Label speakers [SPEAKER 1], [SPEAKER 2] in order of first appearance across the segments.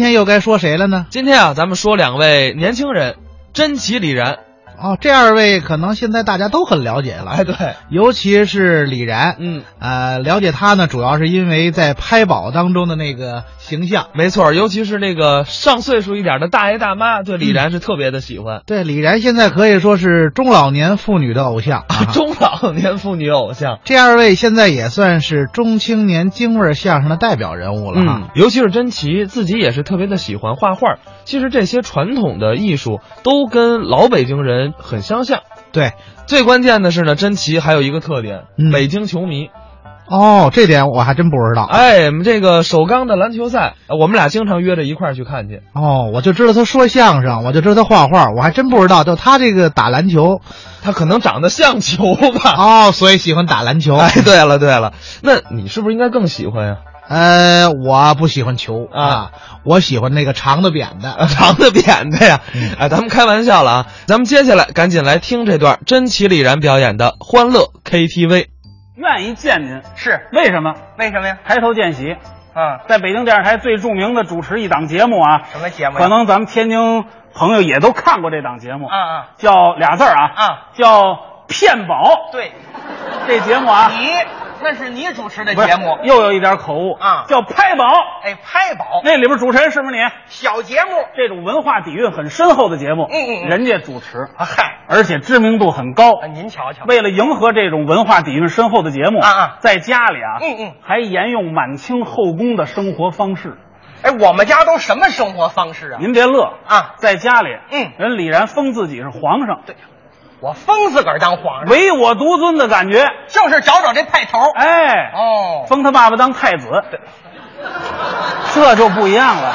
[SPEAKER 1] 今天又该说谁了呢？
[SPEAKER 2] 今天啊，咱们说两位年轻人，真奇李然。
[SPEAKER 1] 哦，这二位可能现在大家都很了解了，
[SPEAKER 2] 哎，对，
[SPEAKER 1] 尤其是李然，
[SPEAKER 2] 嗯，
[SPEAKER 1] 呃，了解他呢，主要是因为在拍宝当中的那个形象。
[SPEAKER 2] 没错，尤其是那个上岁数一点的大爷大妈，对李然是特别的喜欢。
[SPEAKER 1] 对，李然现在可以说是中老年妇女的偶像。啊
[SPEAKER 2] 中老年妇女偶像，
[SPEAKER 1] 这二位现在也算是中青年京味儿相声的代表人物了哈。
[SPEAKER 2] 嗯，尤其是真奇自己也是特别的喜欢画画。其实这些传统的艺术都跟老北京人很相像。
[SPEAKER 1] 对，
[SPEAKER 2] 最关键的是呢，真奇还有一个特点，
[SPEAKER 1] 嗯
[SPEAKER 2] 北京球迷。
[SPEAKER 1] 哦，这点我还真不知道。
[SPEAKER 2] 哎，我们这个首钢的篮球赛，呃我们俩经常约着一块儿去看去。
[SPEAKER 1] 哦，我就知道他说相声，我就知道他画画，我还真不知道，就他这个打篮球，
[SPEAKER 2] 他可能长得像球吧。
[SPEAKER 1] 哦，所以喜欢打篮球。
[SPEAKER 2] 啊 哎，对了对了，那你是不是应该更喜欢呀、
[SPEAKER 1] 呃，我不喜欢球
[SPEAKER 2] 啊
[SPEAKER 1] 啊，我喜欢那个长的扁的。
[SPEAKER 2] 啊？长的扁的呀？
[SPEAKER 1] 嗯
[SPEAKER 2] 哎，咱们开玩笑了啊！咱们接下来赶紧来听这段真奇李然表演的《欢乐 KTV》。
[SPEAKER 3] 愿意见您，
[SPEAKER 4] 是
[SPEAKER 3] 为什么？
[SPEAKER 4] 为什么呀？
[SPEAKER 3] 抬头见喜，
[SPEAKER 4] 啊，
[SPEAKER 3] 在北京电视台最著名的主持一档节目啊，
[SPEAKER 4] 什么节目呀？
[SPEAKER 3] 可能咱们天津朋友也都看过这档节目，
[SPEAKER 4] 啊啊
[SPEAKER 3] 叫俩字儿啊，
[SPEAKER 4] 啊，
[SPEAKER 3] 叫骗保。
[SPEAKER 4] 对，
[SPEAKER 3] 这节目啊，
[SPEAKER 4] 你那是你主持的
[SPEAKER 3] 不是
[SPEAKER 4] 节目，
[SPEAKER 3] 又有一点口误
[SPEAKER 4] 啊
[SPEAKER 3] 叫拍保。
[SPEAKER 4] 哎，拍宝
[SPEAKER 3] 那里边主持人是不是你？
[SPEAKER 4] 小节目，
[SPEAKER 3] 这种文化底蕴很深厚的节目，
[SPEAKER 4] 嗯嗯嗯
[SPEAKER 3] 人家主持，
[SPEAKER 4] 啊嗨，
[SPEAKER 3] 而且知名度很高。
[SPEAKER 4] 啊您瞧瞧，
[SPEAKER 3] 为了迎合这种文化底蕴深厚的节目
[SPEAKER 4] 啊啊
[SPEAKER 3] 在家里啊，
[SPEAKER 4] 嗯嗯
[SPEAKER 3] 还沿用满清后宫的生活方式。
[SPEAKER 4] 哎，我们家都什么生活方式啊？
[SPEAKER 3] 您别乐
[SPEAKER 4] 啊
[SPEAKER 3] 在家里，
[SPEAKER 4] 嗯
[SPEAKER 3] 人李然封自己是皇上，
[SPEAKER 4] 对，我封自个儿当皇上，
[SPEAKER 3] 唯我独尊的感觉。
[SPEAKER 4] 就是找找这派头。
[SPEAKER 3] 哎，
[SPEAKER 4] 哦，
[SPEAKER 3] 封他爸爸当太子，这就不一样 了。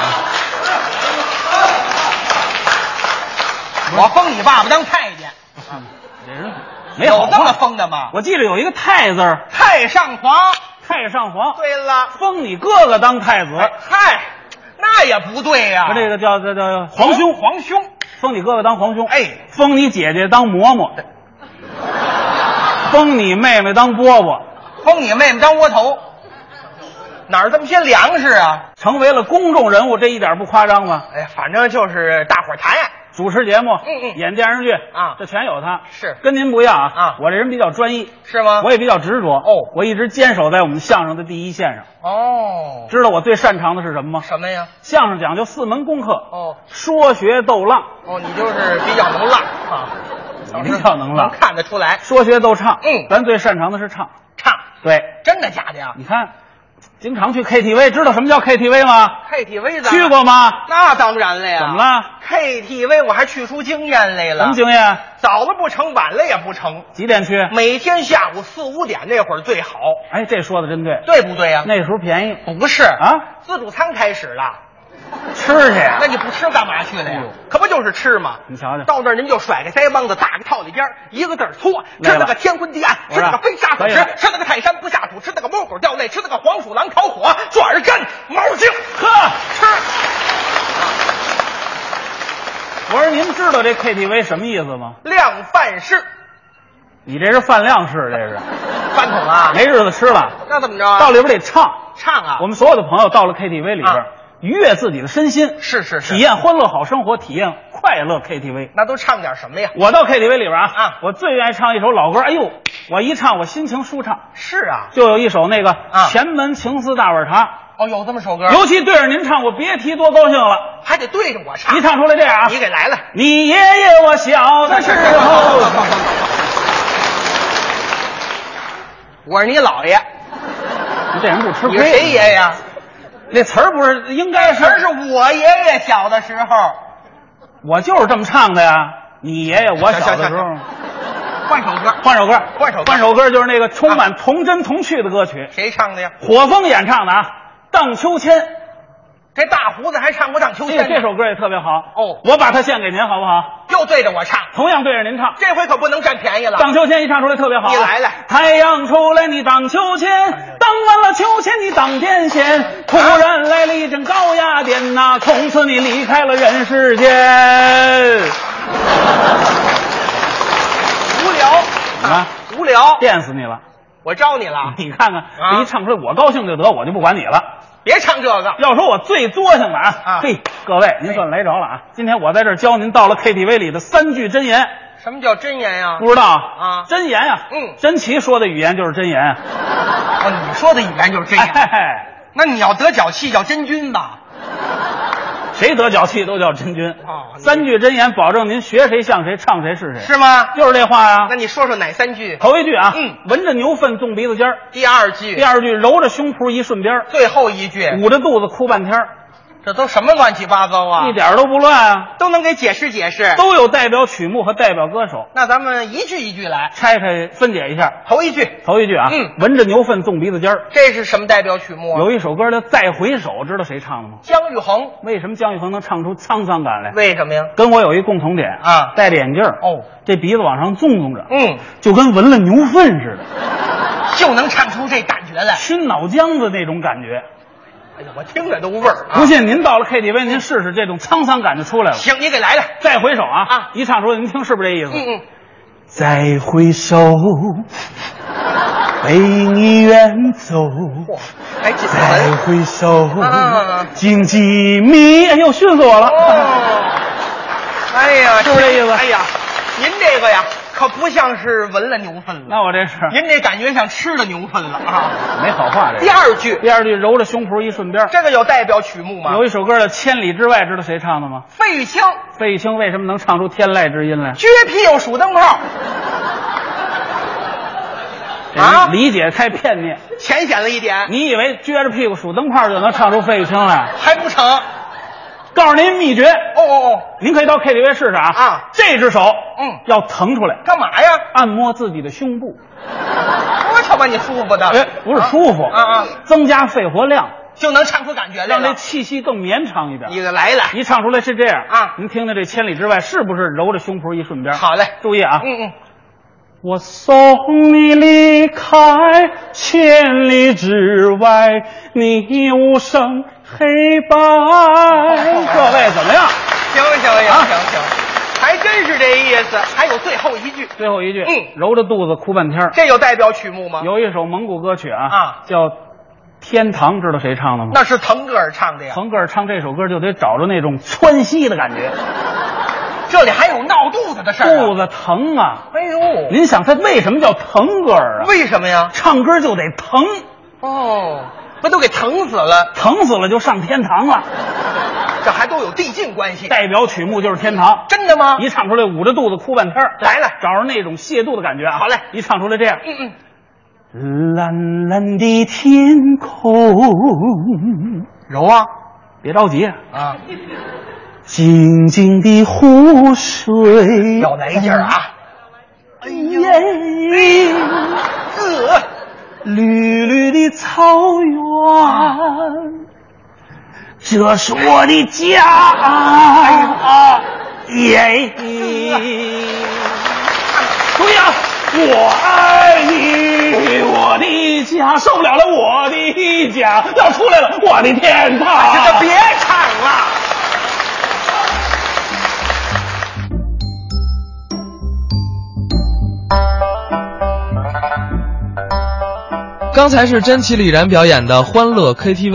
[SPEAKER 4] 我封你爸爸当太监，
[SPEAKER 3] 这人没好
[SPEAKER 4] 有这么
[SPEAKER 3] 话。
[SPEAKER 4] 封的吗？
[SPEAKER 3] 我记得有一个太字儿，
[SPEAKER 4] 太上皇。
[SPEAKER 3] 太上皇
[SPEAKER 4] 对了，
[SPEAKER 3] 封你哥哥当太子，
[SPEAKER 4] 哎嗨，那也不对呀、
[SPEAKER 3] 不这个叫叫叫皇兄，
[SPEAKER 4] 皇兄，
[SPEAKER 3] 封你哥哥当皇兄，
[SPEAKER 4] 哎，
[SPEAKER 3] 封你姐姐当嬷嬷，封你妹妹当饽饽，
[SPEAKER 4] 封你妹妹当窝头，哪儿这么些粮食啊？
[SPEAKER 3] 成为了公众人物，这一点不夸张吗？
[SPEAKER 4] 哎，反正就是大伙儿谈爱。
[SPEAKER 3] 主持节目，
[SPEAKER 4] 嗯嗯
[SPEAKER 3] 演电视剧
[SPEAKER 4] 啊
[SPEAKER 3] 这全有他。
[SPEAKER 4] 是
[SPEAKER 3] 跟您不一样啊
[SPEAKER 4] 啊
[SPEAKER 3] 我这人比较专一，
[SPEAKER 4] 是吗？
[SPEAKER 3] 我也比较执着。
[SPEAKER 4] 哦
[SPEAKER 3] 我一直坚守在我们相声的第一线上。
[SPEAKER 4] 哦，
[SPEAKER 3] 知道我最擅长的是什么吗？
[SPEAKER 4] 什么呀？
[SPEAKER 3] 相声讲究四门功课，
[SPEAKER 4] 哦
[SPEAKER 3] 说学逗浪，
[SPEAKER 4] 哦，你就是比较能浪 啊，老师
[SPEAKER 3] 比较能浪
[SPEAKER 4] 看得出来。
[SPEAKER 3] 说学逗唱。
[SPEAKER 4] 嗯
[SPEAKER 3] 咱最擅长的是唱。
[SPEAKER 4] 唱，
[SPEAKER 3] 对，
[SPEAKER 4] 真的假的呀
[SPEAKER 3] 你看，经常去 KTV，知道什么叫 KTV 吗？
[SPEAKER 4] ？KTV 咱
[SPEAKER 3] 去？过吗？
[SPEAKER 4] 那当然了呀。
[SPEAKER 3] 怎么了？
[SPEAKER 4] ？KTV 我还去出经验来了。
[SPEAKER 3] 什么哎经验？
[SPEAKER 4] 早了不成，晚了也不成。
[SPEAKER 3] 几点去？
[SPEAKER 4] 每天下午四五点那会儿最好，
[SPEAKER 3] 哎，这说的真对。
[SPEAKER 4] 对不对呀、
[SPEAKER 3] 那时候便宜，
[SPEAKER 4] 不是
[SPEAKER 3] 啊，
[SPEAKER 4] 自助餐开始了。
[SPEAKER 3] 吃去。
[SPEAKER 4] 那你不吃干嘛去了呀
[SPEAKER 3] 哎呦？
[SPEAKER 4] 可不就是吃吗？
[SPEAKER 3] 你瞧瞧
[SPEAKER 4] 到那儿您就甩开腮帮子，打个套里边儿，一个字儿搓，
[SPEAKER 3] 来
[SPEAKER 4] 吃
[SPEAKER 3] 了
[SPEAKER 4] 那个天昏地暗，
[SPEAKER 3] 我
[SPEAKER 4] 吃那个
[SPEAKER 3] 让
[SPEAKER 4] 飞沙走
[SPEAKER 3] 可以
[SPEAKER 4] 石
[SPEAKER 3] 了，
[SPEAKER 4] 吃那个泰山不下土，吃那个猫狗掉泪，吃那个黄鼠狼烤火，转耳根毛精，
[SPEAKER 3] 呵
[SPEAKER 4] 吃。
[SPEAKER 3] 我说您知道这 KTV 什么意思吗？
[SPEAKER 4] 量饭式，
[SPEAKER 3] 你这是饭量式，这是
[SPEAKER 4] 饭桶啊，
[SPEAKER 3] 没日子吃了。
[SPEAKER 4] 那怎么着啊？
[SPEAKER 3] 到里边得唱，
[SPEAKER 4] 唱啊，
[SPEAKER 3] 我们所有的朋友到了 KTV 里边
[SPEAKER 4] 啊，
[SPEAKER 3] 愉悦自己的身心，
[SPEAKER 4] 是是是
[SPEAKER 3] 体验欢乐好生活，体验快乐 KTV。
[SPEAKER 4] 那都唱点什么呀？
[SPEAKER 3] 我到 KTV 里边啊，
[SPEAKER 4] 啊
[SPEAKER 3] 我最愿意唱一首老歌，哎呦，我一唱我心情舒畅，
[SPEAKER 4] 是啊，
[SPEAKER 3] 就有一首那个
[SPEAKER 4] 啊
[SPEAKER 3] 《前门情思大碗茶
[SPEAKER 4] 哦，有这么首歌》，，
[SPEAKER 3] 尤其对着您唱，我别提多高兴了。
[SPEAKER 4] 还得对着我唱
[SPEAKER 3] 一。唱出来这样啊，
[SPEAKER 4] 你给 来了，
[SPEAKER 3] 你爷爷我小的时候，
[SPEAKER 4] 我是你姥爷，
[SPEAKER 3] 你这人不吃
[SPEAKER 4] 你
[SPEAKER 3] 亏。
[SPEAKER 4] 是谁爷爷啊呀？
[SPEAKER 3] 那词儿不是应该是
[SPEAKER 4] 这是我爷爷小的时候。
[SPEAKER 3] 我就是这么唱的呀。你爷爷我小的时
[SPEAKER 4] 行
[SPEAKER 3] 候，
[SPEAKER 4] 换首歌，
[SPEAKER 3] 换首歌，
[SPEAKER 4] 换首歌啊
[SPEAKER 3] 换首歌就是那个充满童真童趣的歌曲，
[SPEAKER 4] 谁唱的呀？
[SPEAKER 3] 火风演唱的啊，荡秋千。
[SPEAKER 4] 这大胡子还唱不唱秋
[SPEAKER 3] 这
[SPEAKER 4] 千？
[SPEAKER 3] 这首歌也特别好
[SPEAKER 4] 哦
[SPEAKER 3] 我把它献给您好不好？
[SPEAKER 4] 又对着我唱，
[SPEAKER 3] 同样对着您唱。
[SPEAKER 4] 这回可不能占便宜了。
[SPEAKER 3] 荡秋千一唱出来特别好啊，
[SPEAKER 4] 你来了哎
[SPEAKER 3] 太阳出来你荡秋千，荡完了秋千你荡电线，突然来了一阵高压电呐、从此你离开了人世间。
[SPEAKER 4] 无聊
[SPEAKER 3] 啊，
[SPEAKER 4] 无聊，
[SPEAKER 3] 电死你了！
[SPEAKER 4] 我招你了。
[SPEAKER 3] 你看看，
[SPEAKER 4] 啊
[SPEAKER 3] 这一唱出来我高兴就得，我就不管你了。
[SPEAKER 4] 别唱这个，
[SPEAKER 3] 要说我最作性了啊，
[SPEAKER 4] 啊哎
[SPEAKER 3] 嘿，各位您算来着了啊！今天我在这儿教您到了 KTV 里的三句真言，
[SPEAKER 4] 什么叫真言呀？
[SPEAKER 3] 不知道
[SPEAKER 4] 啊
[SPEAKER 3] 真言啊，
[SPEAKER 4] 嗯
[SPEAKER 3] 珍奇说的语言就是真言，
[SPEAKER 4] 哦，你说的语言就是真言。
[SPEAKER 3] 哎，
[SPEAKER 4] 那你要得脚气叫真君吧？
[SPEAKER 3] 谁得脚气都叫真君。
[SPEAKER 4] 哦你
[SPEAKER 3] 三句真言，保证您学谁像谁，唱谁是谁。
[SPEAKER 4] 是吗？
[SPEAKER 3] 就是这话呀、
[SPEAKER 4] 那你说说哪三句？
[SPEAKER 3] 头一句啊，
[SPEAKER 4] 嗯
[SPEAKER 3] 闻着牛粪动鼻子尖儿；
[SPEAKER 4] 第二句，
[SPEAKER 3] 第二嗯句，揉着胸脯一顺边儿，
[SPEAKER 4] 最后一句，
[SPEAKER 3] 捂着肚子哭半天儿，
[SPEAKER 4] 这都什么乱七八糟啊嗯
[SPEAKER 3] 一？点儿都不乱啊，
[SPEAKER 4] 都能给解释解释。
[SPEAKER 3] 都有代表曲目和代表歌手。
[SPEAKER 4] 那咱们一句一句来。
[SPEAKER 3] 拆开分解一下，
[SPEAKER 4] 头一句，
[SPEAKER 3] 头一句啊，
[SPEAKER 4] 嗯
[SPEAKER 3] 闻着牛粪动鼻子尖儿，
[SPEAKER 4] 这是什么代表曲目啊？
[SPEAKER 3] 有一首歌叫《再回首》，知道谁唱的吗？
[SPEAKER 4] 姜育恒。
[SPEAKER 3] 为什么姜育恒能唱出沧桑感来？
[SPEAKER 4] 为什么呀？
[SPEAKER 3] 跟我有一共同点
[SPEAKER 4] 啊
[SPEAKER 3] 戴着眼镜儿
[SPEAKER 4] 哦，
[SPEAKER 3] 这鼻子往上纵纵着，
[SPEAKER 4] 嗯，
[SPEAKER 3] 就跟闻了牛粪似的，
[SPEAKER 4] 就能唱出这感觉来。
[SPEAKER 3] 熏脑浆子那种感觉。
[SPEAKER 4] 哎呀，我听着都味儿啊
[SPEAKER 3] 不！信您到了 KTV，您试试，这种沧桑感就出来了。
[SPEAKER 4] 行，你给来来。
[SPEAKER 3] 再回首啊，
[SPEAKER 4] 啊
[SPEAKER 3] 一唱出来，您听是不是这意思？
[SPEAKER 4] 嗯嗯，
[SPEAKER 3] 再回首，背你远走。
[SPEAKER 4] 嚯，哎，这
[SPEAKER 3] 再
[SPEAKER 4] 文
[SPEAKER 3] 回首
[SPEAKER 4] 啊，
[SPEAKER 3] 荆棘密。哎呦，熏死我了！
[SPEAKER 4] 哦，哎呀，
[SPEAKER 3] 是不是这意思
[SPEAKER 4] 哎呀，您这个呀，可不像是闻了牛粪了，
[SPEAKER 3] 那我这是
[SPEAKER 4] 您这感觉像吃了牛粪了啊！
[SPEAKER 3] 没好话这
[SPEAKER 4] 第
[SPEAKER 3] 个
[SPEAKER 4] 二句，
[SPEAKER 3] 第二句揉着胸脯一顺边儿，
[SPEAKER 4] 这个有代表曲目吗
[SPEAKER 3] 有？一首歌叫《千里之外》，知道谁唱的吗？
[SPEAKER 4] 费玉清，
[SPEAKER 3] 费玉清为什么能唱出天籁之音来？
[SPEAKER 4] 撅屁股数灯泡，
[SPEAKER 3] 这
[SPEAKER 4] 啊
[SPEAKER 3] 理解太片面，
[SPEAKER 4] 浅显了一点，
[SPEAKER 3] 你以为撅着屁股数灯泡就能唱出费玉清来？
[SPEAKER 4] 还不成？哦
[SPEAKER 3] 告诉您秘诀，
[SPEAKER 4] 哦哦，
[SPEAKER 3] 您可以到 KTV 试试啊！
[SPEAKER 4] 啊，
[SPEAKER 3] 这只手，
[SPEAKER 4] 嗯
[SPEAKER 3] 要腾出来，
[SPEAKER 4] 干嘛呀？
[SPEAKER 3] 按摩自己的胸部，
[SPEAKER 4] 我瞧把你舒服的，
[SPEAKER 3] 哎，不是舒服
[SPEAKER 4] 啊啊，
[SPEAKER 3] 增加肺活量，
[SPEAKER 4] 就能唱出感觉来
[SPEAKER 3] 让这
[SPEAKER 4] 了。
[SPEAKER 3] 气息更绵长一点。
[SPEAKER 4] 你给来一来，
[SPEAKER 3] 一唱出来是这样
[SPEAKER 4] 啊
[SPEAKER 3] 您听听这千里之外是不是揉着胸脯一顺边？
[SPEAKER 4] 好嘞，
[SPEAKER 3] 注意啊！
[SPEAKER 4] 嗯嗯。
[SPEAKER 3] 我送你离开千里之外，你无声黑白。各位怎么样？
[SPEAKER 4] 行行行
[SPEAKER 3] 啊
[SPEAKER 4] 行行，还真是这意思。还有最后一句，
[SPEAKER 3] 最后一句，
[SPEAKER 4] 嗯
[SPEAKER 3] 揉着肚子哭半天儿。
[SPEAKER 4] 这有代表曲目吗？，
[SPEAKER 3] 有一首蒙古歌曲啊，
[SPEAKER 4] 啊
[SPEAKER 3] 叫《天堂》，知道谁唱的吗？
[SPEAKER 4] 那是腾格尔唱的呀。
[SPEAKER 3] 腾格尔唱这首歌就得找着那种窜稀的感觉，
[SPEAKER 4] 这里还有闹肚子的事儿、
[SPEAKER 3] 肚
[SPEAKER 4] 啊。
[SPEAKER 3] 子疼啊！
[SPEAKER 4] 哎呦，
[SPEAKER 3] 您想他为什么叫腾格尔啊？
[SPEAKER 4] 为什么呀？
[SPEAKER 3] 唱歌就得疼，
[SPEAKER 4] 哦，不都给疼死了？
[SPEAKER 3] 疼死了就上天堂了。
[SPEAKER 4] 这还都有递进关系。
[SPEAKER 3] 代表曲目就是《天堂
[SPEAKER 4] 真的吗》，？
[SPEAKER 3] 一唱出来捂着肚子哭半天儿
[SPEAKER 4] 来了，
[SPEAKER 3] 找着那种亵渎的感觉啊！
[SPEAKER 4] 好嘞
[SPEAKER 3] 一唱出来这样，
[SPEAKER 4] 嗯嗯，
[SPEAKER 3] 蓝蓝的天空，
[SPEAKER 4] 揉啊
[SPEAKER 3] 别着急，
[SPEAKER 4] 啊，
[SPEAKER 3] 静静的湖水，
[SPEAKER 4] 要嗯来劲儿啊！
[SPEAKER 3] 哎呀，嗯
[SPEAKER 4] 呃，
[SPEAKER 3] 绿绿的草原，这是我的家。啊，耶！注意啊！我爱你，我的家，受不了了，我的家要出来了，我的天堂。
[SPEAKER 4] 这就别唱了。
[SPEAKER 2] 刚才是真奇李然表演的《欢乐 KTV》，